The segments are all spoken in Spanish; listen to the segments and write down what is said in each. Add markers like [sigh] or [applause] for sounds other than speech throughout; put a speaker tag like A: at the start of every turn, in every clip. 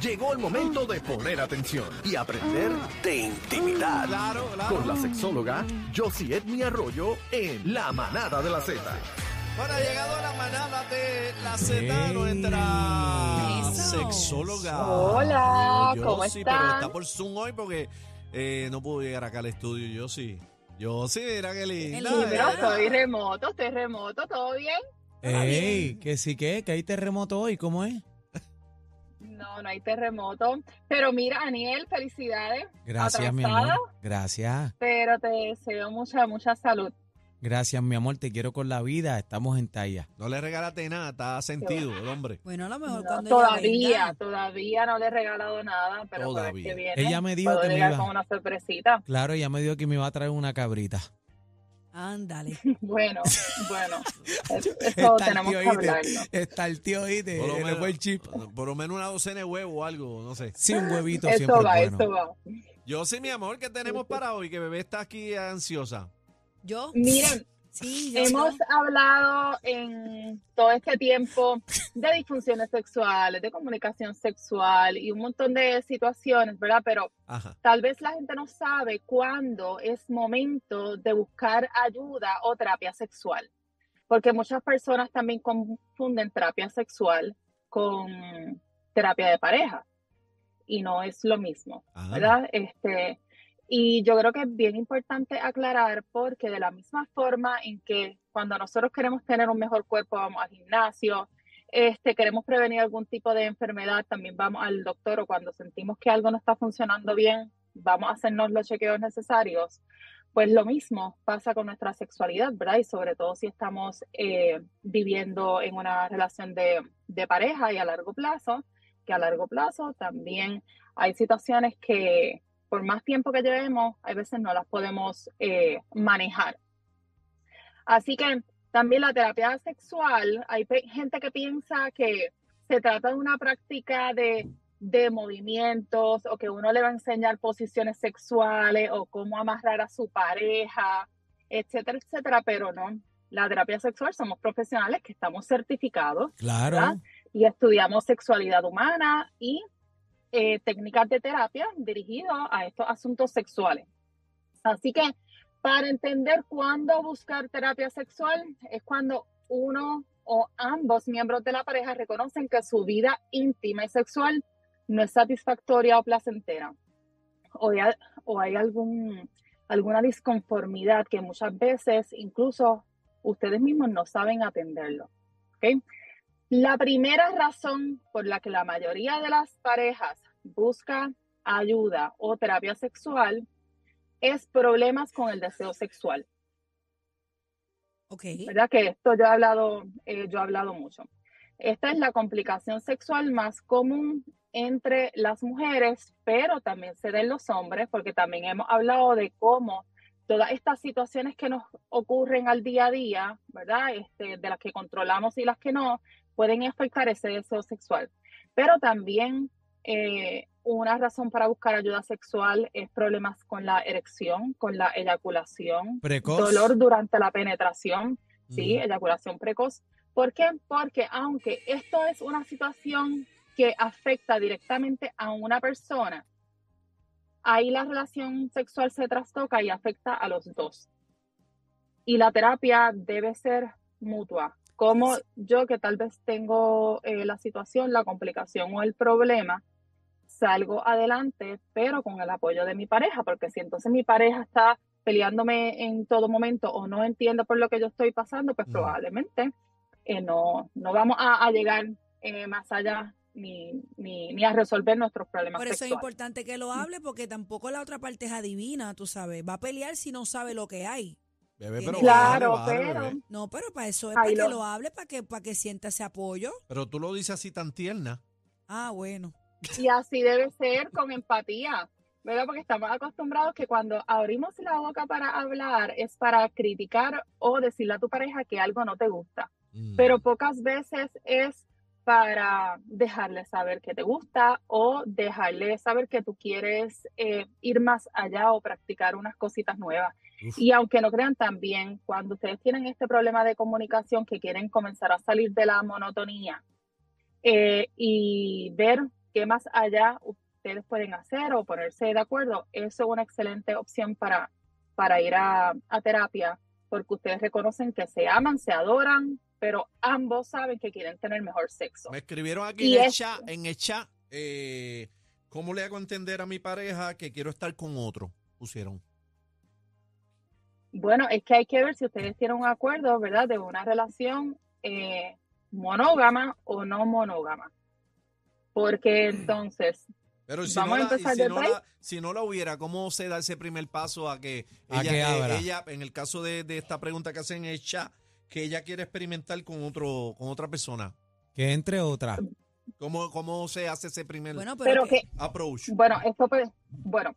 A: Llegó el momento de poner atención y aprender de intimidad. Con la sexóloga Josie Edmi Arroyo en La Manada de la Z.
B: Bueno, ha llegado la manada de la Z, nuestra sexóloga.
C: Hola,
B: Yo
C: Oh, ¿cómo
B: sí,
C: están?
B: pero está por Zoom hoy porque eh, no pudo llegar acá al estudio, yo sí. Yo sí, mira qué linda.
C: Sí, pero
B: eh.
C: estoy remoto, estoy remoto, ¿todo bien?
D: Ey, que sí que, que hay terremoto hoy, ¿cómo es?
C: No, no hay terremoto. Pero mira, Aniel, felicidades.
D: Gracias, mi
C: Atrasada.
D: amor. Gracias,
C: Pero te deseo mucha, mucha salud.
D: gracias, mi amor. Te quiero con la vida. Estamos en talla.
B: No le regalaste nada, está sentido el hombre.
E: Bueno, a lo mejor
C: No,
E: cuando
C: todavía,
E: ella venga.
C: todavía no le he regalado nada, pero para el
B: Todavía.
C: que viene
D: Ella me dijo
C: puedo
D: que me
C: llegar
D: iba.
C: con una sorpresita. [laughs]
D: Claro, ella me dijo que me iba a traer una cabrita.
E: Ándale.
D: [laughs]
C: Bueno, bueno, eso, eso tenemos que
D: ¿oíste?
C: hablarlo.
D: Está el tío, ¿oíste?
B: Por lo
D: Le
B: menos-
D: fue el chip.
B: Por lo menos una docena de huevos o algo, no sé.
D: Sí, un huevito siempre
C: Eso
D: es
C: va,
D: bueno.
C: eso va.
B: Yo sí, mi amor, ¿qué tenemos para hoy? Que bebé está aquí ansiosa.
C: [laughs]
E: Yo.
C: Miren,
E: Sí, yo.
C: Hemos
E: sé.
C: hablado en todo este tiempo de disfunciones sexuales, de comunicación sexual y un montón de situaciones, ¿verdad? Pero
B: Ajá.
C: tal vez la gente no sabe cuándo es momento de buscar ayuda o terapia sexual, porque muchas personas también confunden terapia sexual con terapia de pareja y no es lo mismo.
B: Ah,
C: ¿verdad? Este, y yo creo que es bien importante aclarar porque de la misma forma en que cuando nosotros queremos tener un mejor cuerpo vamos al gimnasio, este, queremos prevenir algún tipo de enfermedad, también vamos al doctor o cuando sentimos que algo no está funcionando bien, vamos a hacernos los chequeos necesarios. Pues lo mismo pasa con nuestra sexualidad, ¿verdad? Y sobre todo si estamos eh, viviendo en una relación de, de pareja y a largo plazo, que a largo plazo también hay situaciones que por más tiempo que llevemos, hay veces no las podemos eh, manejar. Así que también la terapia sexual, hay pe- gente que piensa que se trata de una práctica de, de movimientos o que uno le va a enseñar posiciones sexuales o cómo amarrar a su pareja, etcétera, etcétera, pero no. La terapia sexual somos profesionales que estamos certificados
D: Claro.
C: ¿verdad? y estudiamos sexualidad humana y eh, técnicas de terapia dirigidas a estos asuntos sexuales. Así que para entender cuándo buscar terapia sexual es cuando uno o ambos miembros de la pareja reconocen que su vida íntima y sexual no es satisfactoria o placentera. O hay, al- o hay algún, alguna disconformidad que muchas veces incluso ustedes mismos no saben atenderlo. ¿ok? La primera razón por la que la mayoría de las parejas busca ayuda o terapia sexual es problemas con el deseo sexual.
E: Ok.
C: ¿verdad? Que esto yo he hablado, eh, yo he hablado mucho. Esta es la complicación sexual más común entre las mujeres, pero también se da en los hombres, porque también hemos hablado de cómo todas estas situaciones que nos ocurren al día a día, ¿verdad? Este, de las que controlamos y las que no, pueden afectar ese deseo sexual. Pero también eh, una razón para buscar ayuda sexual es problemas con la erección, con la eyaculación,
D: Precoz.
C: dolor durante la penetración, ¿sí? Eyaculación precoz. ¿Por qué? Porque aunque esto es una situación que afecta directamente a una persona, ahí la relación sexual se trastoca y afecta a los dos. Y la terapia debe ser mutua. Como yo que tal vez tengo eh, la situación, la complicación o el problema, salgo adelante, pero con el apoyo de mi pareja, porque si entonces mi pareja está peleándome en todo momento o no entiende por lo que yo estoy pasando, pues
B: Ujú.
C: probablemente eh, no, no vamos a, a llegar eh, más allá ni, ni, ni a resolver nuestros problemas
E: Por eso es
C: sexuales.
E: importante que lo hable porque tampoco la otra parte es adivina, tú sabes. Va a pelear si no sabe lo que hay.
D: Mm.
B: Bebé, pero
C: Claro, eh.
B: vale, vale,
C: pero-
B: bebé.
E: No, pero para eso es
C: Ay,
E: para que
C: lo-
E: lo hable, para que, para que sienta ese apoyo.
B: Pero tú lo dices así tan tierna.
E: Ah, bueno.
C: Y así debe ser con empatía, ¿verdad? Porque estamos acostumbrados que cuando abrimos la boca para hablar es para criticar o decirle a tu pareja que algo no te gusta,
B: Mm.
C: pero pocas veces es para dejarle saber que te gusta o dejarle saber que tú quieres eh, ir más allá o practicar unas cositas nuevas.
B: Uf.
C: Y aunque no crean también, cuando ustedes tienen este problema de comunicación que quieren comenzar a salir de la monotonía eh, y ver qué más allá ustedes pueden hacer o ponerse de acuerdo, eso es una excelente opción para, para ir a, a terapia, porque ustedes reconocen que se aman, se adoran, pero ambos saben que quieren tener mejor sexo.
B: Me escribieron aquí
C: Y
B: en el
C: es-
B: chat, en el chat, eh, ¿cómo le hago entender a mi pareja que quiero estar con otro? Pusieron.
C: Bueno, es que hay que ver si ustedes tienen un acuerdo, ¿verdad?, de una relación eh, monógama o no monógama. Porque entonces,
B: Pero si,
C: Vamos
B: no
C: a
B: la, y
C: empezar
B: si
C: de
B: no
C: break.
B: la- si no la hubiera, ¿cómo se da ese primer paso a que
D: A
B: ella,
D: que
B: eh,
D: abra.
B: ella, en el caso de, de esta pregunta que hacen en el chat, que ella quiere experimentar con otro, con otra persona?
D: Que entre otra.
B: ¿Cómo, cómo se hace ese primer
E: Bueno, pero,
C: pero
E: que-
C: que
B: approach?
C: Bueno, esto pues, bueno,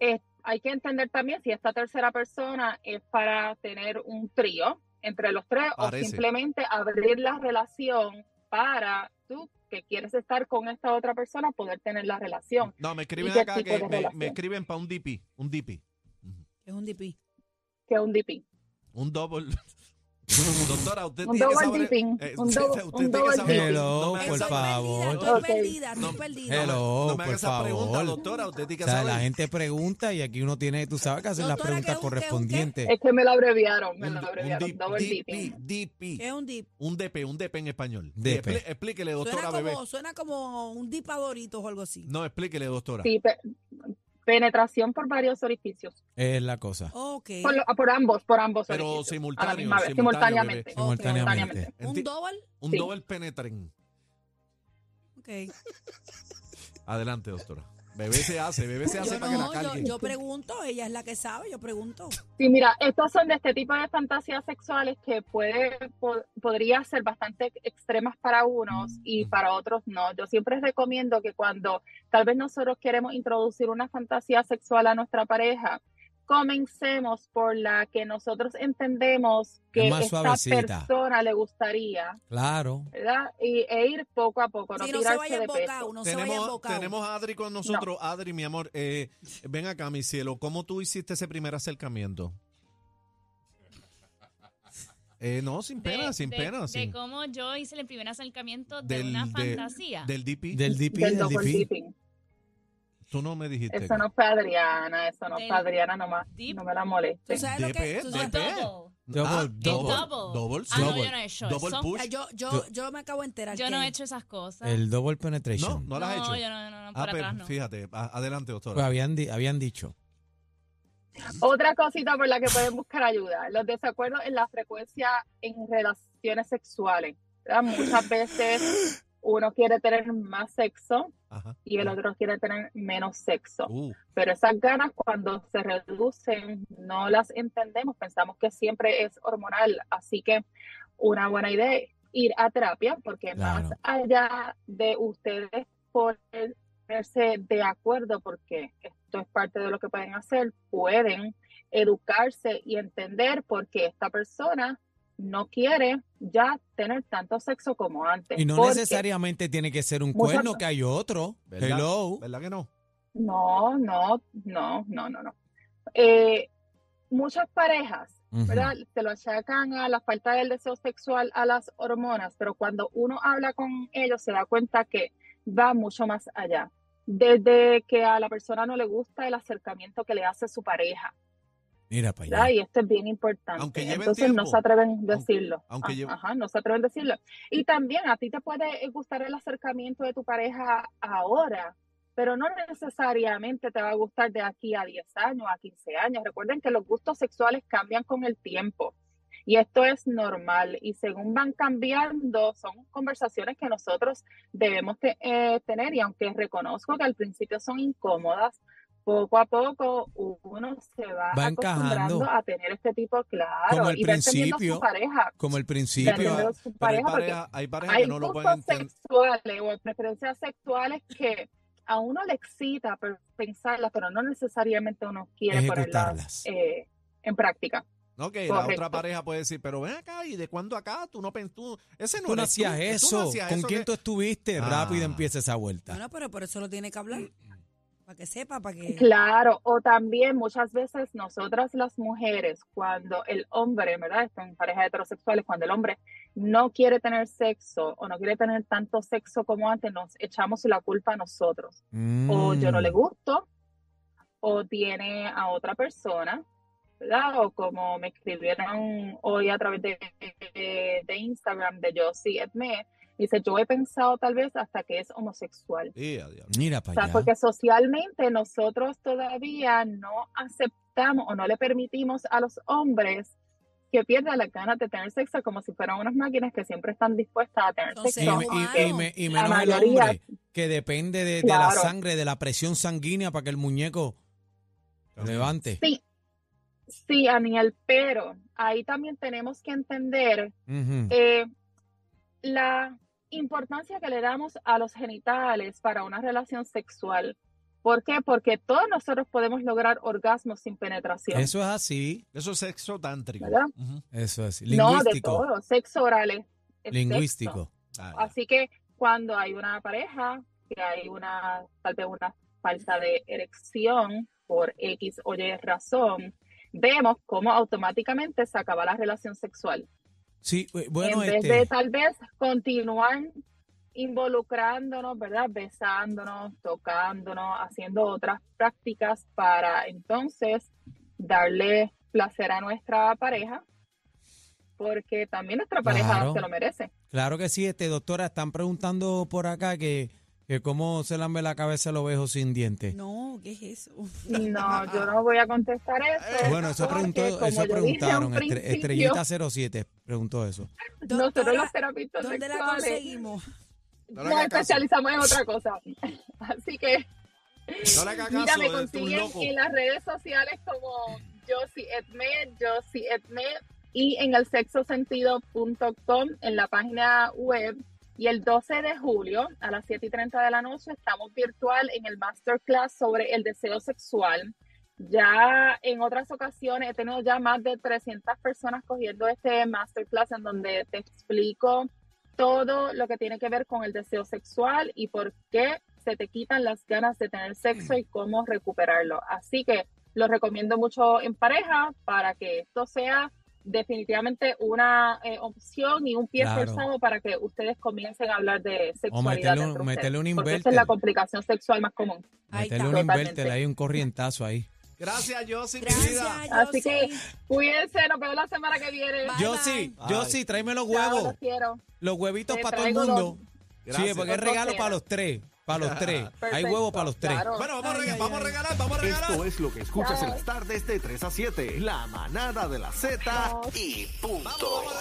C: eh, hay que entender también si esta tercera persona es para tener un trío entre los tres
B: Parece.
C: o simplemente abrir la relación para tú que quieres estar con esta otra persona, poder tener la relación.
B: No, me escriben
C: qué
B: acá
C: tipo
B: que
C: de
B: me- me,
C: relación?
B: escriben para un DP, un DP,
E: que es un DP.
C: Que es un DP,
B: un double.
D: [laughs]
B: Doctora, usted
C: Un
B: tiene que
C: double
B: saber.
C: dipping,
B: eh,
C: un
B: usted- usted
C: double- un
B: tiene que
C: double
B: saber-
C: dipping.
B: no me haga
D: Hello,
B: esa-
E: Estoy
D: por favor.
E: perdida, estoy
C: Ok.
E: perdida, estoy perdida.
D: Hello,
B: no me haga
D: por
B: esa pregunta,
D: favor.
B: doctora. Usted tiene que
D: O sea,
B: saber.
D: la gente pregunta y aquí uno tiene, tú sabes, que hacer las
E: Doctora,
D: preguntas
E: ¿qué busque,
D: correspondientes.
C: Es que me lo abreviaron, me
B: un,
C: lo
B: un
C: abreviaron,
B: dip-
C: double
B: DP,
C: dipping.
E: Que
B: DP,
E: es un DP.
B: un DP, un DP en español.
D: DP.
B: Expli- Explíquele,
E: Suena
B: doctora, bebé.
E: como, suena como un dipadorito o algo así.
B: No, explíquele, doctora.
C: Sí, pe- penetración por varios orificios,
D: Es la cosa.
E: Ok.
C: por, lo- por ambos, por ambos
B: Pero
C: orificios, a la
B: simultáneo,
C: misma vez,
B: simultáneo, bebé.
C: simultáneamente.
D: Simultáneamente.
E: Un
B: Enti-
E: double.
B: Un
C: sí.
B: double penetring.
E: Ok.
B: Adelante, doctora. Bebé se hace, bebé se hace
E: Yo,
B: para que la
E: no, yo,
B: carguen.
E: yo pregunto, ella es la que sabe, yo pregunto.
C: Sí, mira, estos son de este tipo de fantasías sexuales que puede, po- podría ser bastante extremas para
D: Mm,
C: unos y
B: Ujú.
C: para otros no. Yo siempre recomiendo que cuando tal vez nosotros queremos introducir una fantasía sexual a nuestra pareja, comencemos por la que nosotros entendemos que
D: más
C: esta
D: suavecita.
C: persona le gustaría,
D: Claro.
C: ¿verdad? Y, e ir poco a poco, no
E: si no se
C: tirarse
E: vaya
C: de peso.
E: embocado, no se vaya
B: Tenemos,
E: embocado.
B: tenemos a Adri con nosotros. Adri, mi amor, eh, ven acá, mi cielo. ¿Cómo tú hiciste ese primer acercamiento?
F: [laughs]
B: Eh, no, sin pena, sin
F: de-
B: pena.
F: De
B: sin-
F: cómo yo hice el primer acercamiento de
B: Del-
F: una
B: de-
F: fantasía.
B: del DP.
D: Del DP,
C: Del
D: del
C: double
D: DP.
C: dipping.
B: Tú no me dijiste.
C: Eso no fue Adriana, eso no
F: Del
C: fue Adriana nomás,
F: dip-
C: no me la moleste.
E: ¿Tú sabes lo que?
B: DP,
E: tú
F: O
E: sabes-
B: DP.
F: double.
D: Double,
B: Ah,
D: double.
F: Double.
B: Double,
F: Ah, no,
B: double.
F: yo no he hecho
B: Double
F: eso.
B: push.
E: Ah, yo, yo,
D: Yo-
E: yo me acabo de enterar.
F: Yo
E: que-
F: no he hecho esas cosas.
D: El double
B: No,
D: penetration.
B: no las has hecho.
F: yo no, no, no,
B: Ah,
F: por
B: pero
F: atrás no.
B: fíjate, a- adelante,
D: Pues
B: doctora.
D: habían, di- habían dicho.
C: Otra cosita por la que pueden buscar ayuda, los desacuerdos en la frecuencia en relaciones sexuales. ¿verdad? Muchas veces uno quiere tener más sexo
B: Ajá.
C: y el otro quiere tener menos sexo,
B: Uh,
C: pero esas ganas cuando se reducen no las entendemos, pensamos que siempre es hormonal, así que una buena idea es ir a terapia porque más
D: Claro.
C: allá de ustedes ponerse de acuerdo porque esto es parte de lo que pueden hacer, pueden educarse y entender por qué esta persona no quiere ya tener tanto sexo como antes.
D: Y no
C: porque-
D: necesariamente tiene que ser un
C: Muchas-
D: cuerno, que hay otro.
B: ¿Verdad?
D: Hello.
B: ¿Verdad que no?
C: No, no, no, no, no, no. Eh, muchas parejas
D: Ujú.
C: ¿verdad? Se lo achacan a la falta del deseo sexual, a las hormonas, pero cuando uno habla con ellos se da cuenta que va mucho más allá. Desde que a la persona no le gusta el acercamiento que le hace su pareja,
D: Mira para
C: ¿verdad?
D: allá.
C: Y esto es bien importante.
B: Aunque lleven
C: Entonces no
B: tiempo.
C: se atreven a decirlo.
B: aunque
C: Ah,
B: lleve-
C: Ajá, no se atreven a decirlo. Y también a ti te puede gustar el acercamiento de tu pareja ahora, pero no necesariamente te va a gustar de aquí a 10 años, a 15 años. Recuerden que los gustos sexuales cambian con el tiempo. Y esto es normal. Y según van cambiando, son conversaciones que nosotros debemos te- eh, tener. Y aunque reconozco que al principio son incómodas, poco a poco uno se va,
G: Va
C: acostumbrando
G: encajando.
C: a tener este tipo, claro,
G: Como al
C: y va entendiendo
G: principio,
C: su pareja.
G: Como el
C: va
G: principio.
C: entendiendo su
B: Pero hay
C: pareja, porque
B: parejas hay parejas
C: hay
B: que no lo pueden
C: gustos
B: entender.
C: sexuales o preferencias sexuales que a uno le excita per- pensarlas, pero no necesariamente uno quiere
G: Ejecutarlas.
C: ponerlas eh, en práctica.
B: No, que la otra
C: Correcto.
B: pareja puede decir, pero ven acá, ¿y de cuándo acá? Tú no pensás, tú, ese no
D: Tú no
B: eres
D: hacías
B: tú, tú no
D: eso.
B: hacías
D: ¿Con
B: eso
D: quién
B: que-
D: tú estuviste?
B: Ah.
D: Rápido empieza esa vuelta.
E: Bueno, pero por eso lo tiene que hablar. Para que sepa, para que.
C: Claro, o también muchas veces nosotras las mujeres, cuando el hombre, ¿verdad? Esto en parejas heterosexuales, cuando el hombre no quiere tener sexo o no quiere tener tanto sexo como antes, nos echamos la culpa a nosotros. o Oh, yo no le
D: Mm.
C: gusto, o tiene a otra persona, ¿verdad? O como me escribieron hoy a través de, de- de Instagram de Josie Edme, dice, yo he pensado tal vez hasta que es homosexual.
B: Sí, a diablo.
D: Mira
C: O
D: para
C: sea,
D: allá.
C: porque socialmente nosotros todavía no aceptamos o no le permitimos a los hombres que pierdan las ganas de tener sexo como si fueran unas máquinas que siempre están dispuestas a tener
E: Son
C: sexo.
D: Y, me- y-
E: Claro.
D: y me- y menos el
C: mayoría.
D: hombre, que depende de, de la
C: Claro.
D: sangre, de la presión sanguínea para que el muñeco levante.
C: Sí, sí, Aniel, pero ahí también tenemos que entender
D: Ujú.
C: eh, la importancia que le damos a los genitales para una relación sexual. ¿Por qué? Porque todos nosotros podemos lograr orgasmos sin penetración.
D: Eso es así.
B: Eso es sexo tántrico.
C: ¿Verdad?
B: Ujú.
D: Eso es.
C: no, de
D: Lingüístico.
C: todo, sexo oral es, es sexo.
D: lingüístico.
B: Ah, ya.
C: Así que cuando hay una pareja, que hay una, tal vez una falta de erección por X o Y razón, vemos cómo automáticamente se acaba la relación sexual.
D: Sí, eh, bueno,
C: en vez
D: este,
C: de tal vez continuar involucrándonos, ¿verdad? Besándonos, tocándonos, haciendo otras prácticas para entonces darle placer a nuestra pareja, porque también nuestra pareja
D: Claro.
C: se lo merece.
D: claro que sí, este doctora, están preguntando por acá que, que cómo se lambe la cabeza el ovejo sin dientes.
E: No, ¿qué es eso? [laughs]
C: No, yo no voy a contestar eso.
D: Bueno, eso,
C: porque,
D: preguntó,
C: como
D: eso
C: yo dije al
D: preguntaron. estre-
C: principio,
D: Estrellita 07 preguntó eso.
C: Nosotros
E: Doctora,
C: los terapistas
E: ¿Dónde la
C: sexuales
E: conseguimos?
B: No le
C: nos
B: hagas caso.
C: especializamos en otra cosa. [laughs] Así que
B: No le hagas caso,
C: Mira, me
B: eres tú un
C: consiguen
B: loco.
C: en las redes sociales como Josie Edme, Josie Edme y en el sexosentido.com en la página web. Y el 12 de julio a las 7 y 30 de la noche estamos virtual en el masterclass sobre el deseo sexual. Ya en otras ocasiones he tenido ya más de 300 personas cogiendo este masterclass en donde te explico todo lo que tiene que ver con el deseo sexual y por qué se te quitan las ganas de tener sexo y cómo recuperarlo. Así que lo recomiendo mucho en pareja para que esto sea definitivamente una eh, opción y un pie
D: Claro.
C: forzado para que ustedes comiencen a hablar de
D: meterle
C: sexualidad.
D: un-
C: entre ustedes,
D: meterle un
C: porque esa
D: inverter.
C: es la complicación sexual más común.
D: Meterle
E: Ahí está.
D: un
C: Totalmente.
D: inverter, hay un corrientazo ahí.
B: Gracias, Josie, mi vida.
E: Gracias,
C: Así que
E: Josie.
C: cuídense, nos vemos la semana que viene.
E: Bye,
D: Yo
E: bye.
D: sí,
B: Ay.
D: yo sí, tráeme los
C: Chao,
D: huevos.
C: los quiero.
D: Los huevitos
C: Te
D: para todo el
C: traigo
D: mundo.
B: Gracias.
D: Sí, porque es
C: Con
D: regalo
C: dos
D: para los tres. Para los
C: [laughs]
D: tres. Hay
C: Perfecto,
D: huevo para los tres.
C: claro.
B: Bueno, vamos a
E: Ay,
B: regalar,
E: ay,
B: vamos a
E: ay.
B: regalar, vamos a regalar.
A: Esto es lo que escuchas en
C: Chao.
A: las tardes de 3 a 7. La manada de la Z y punto.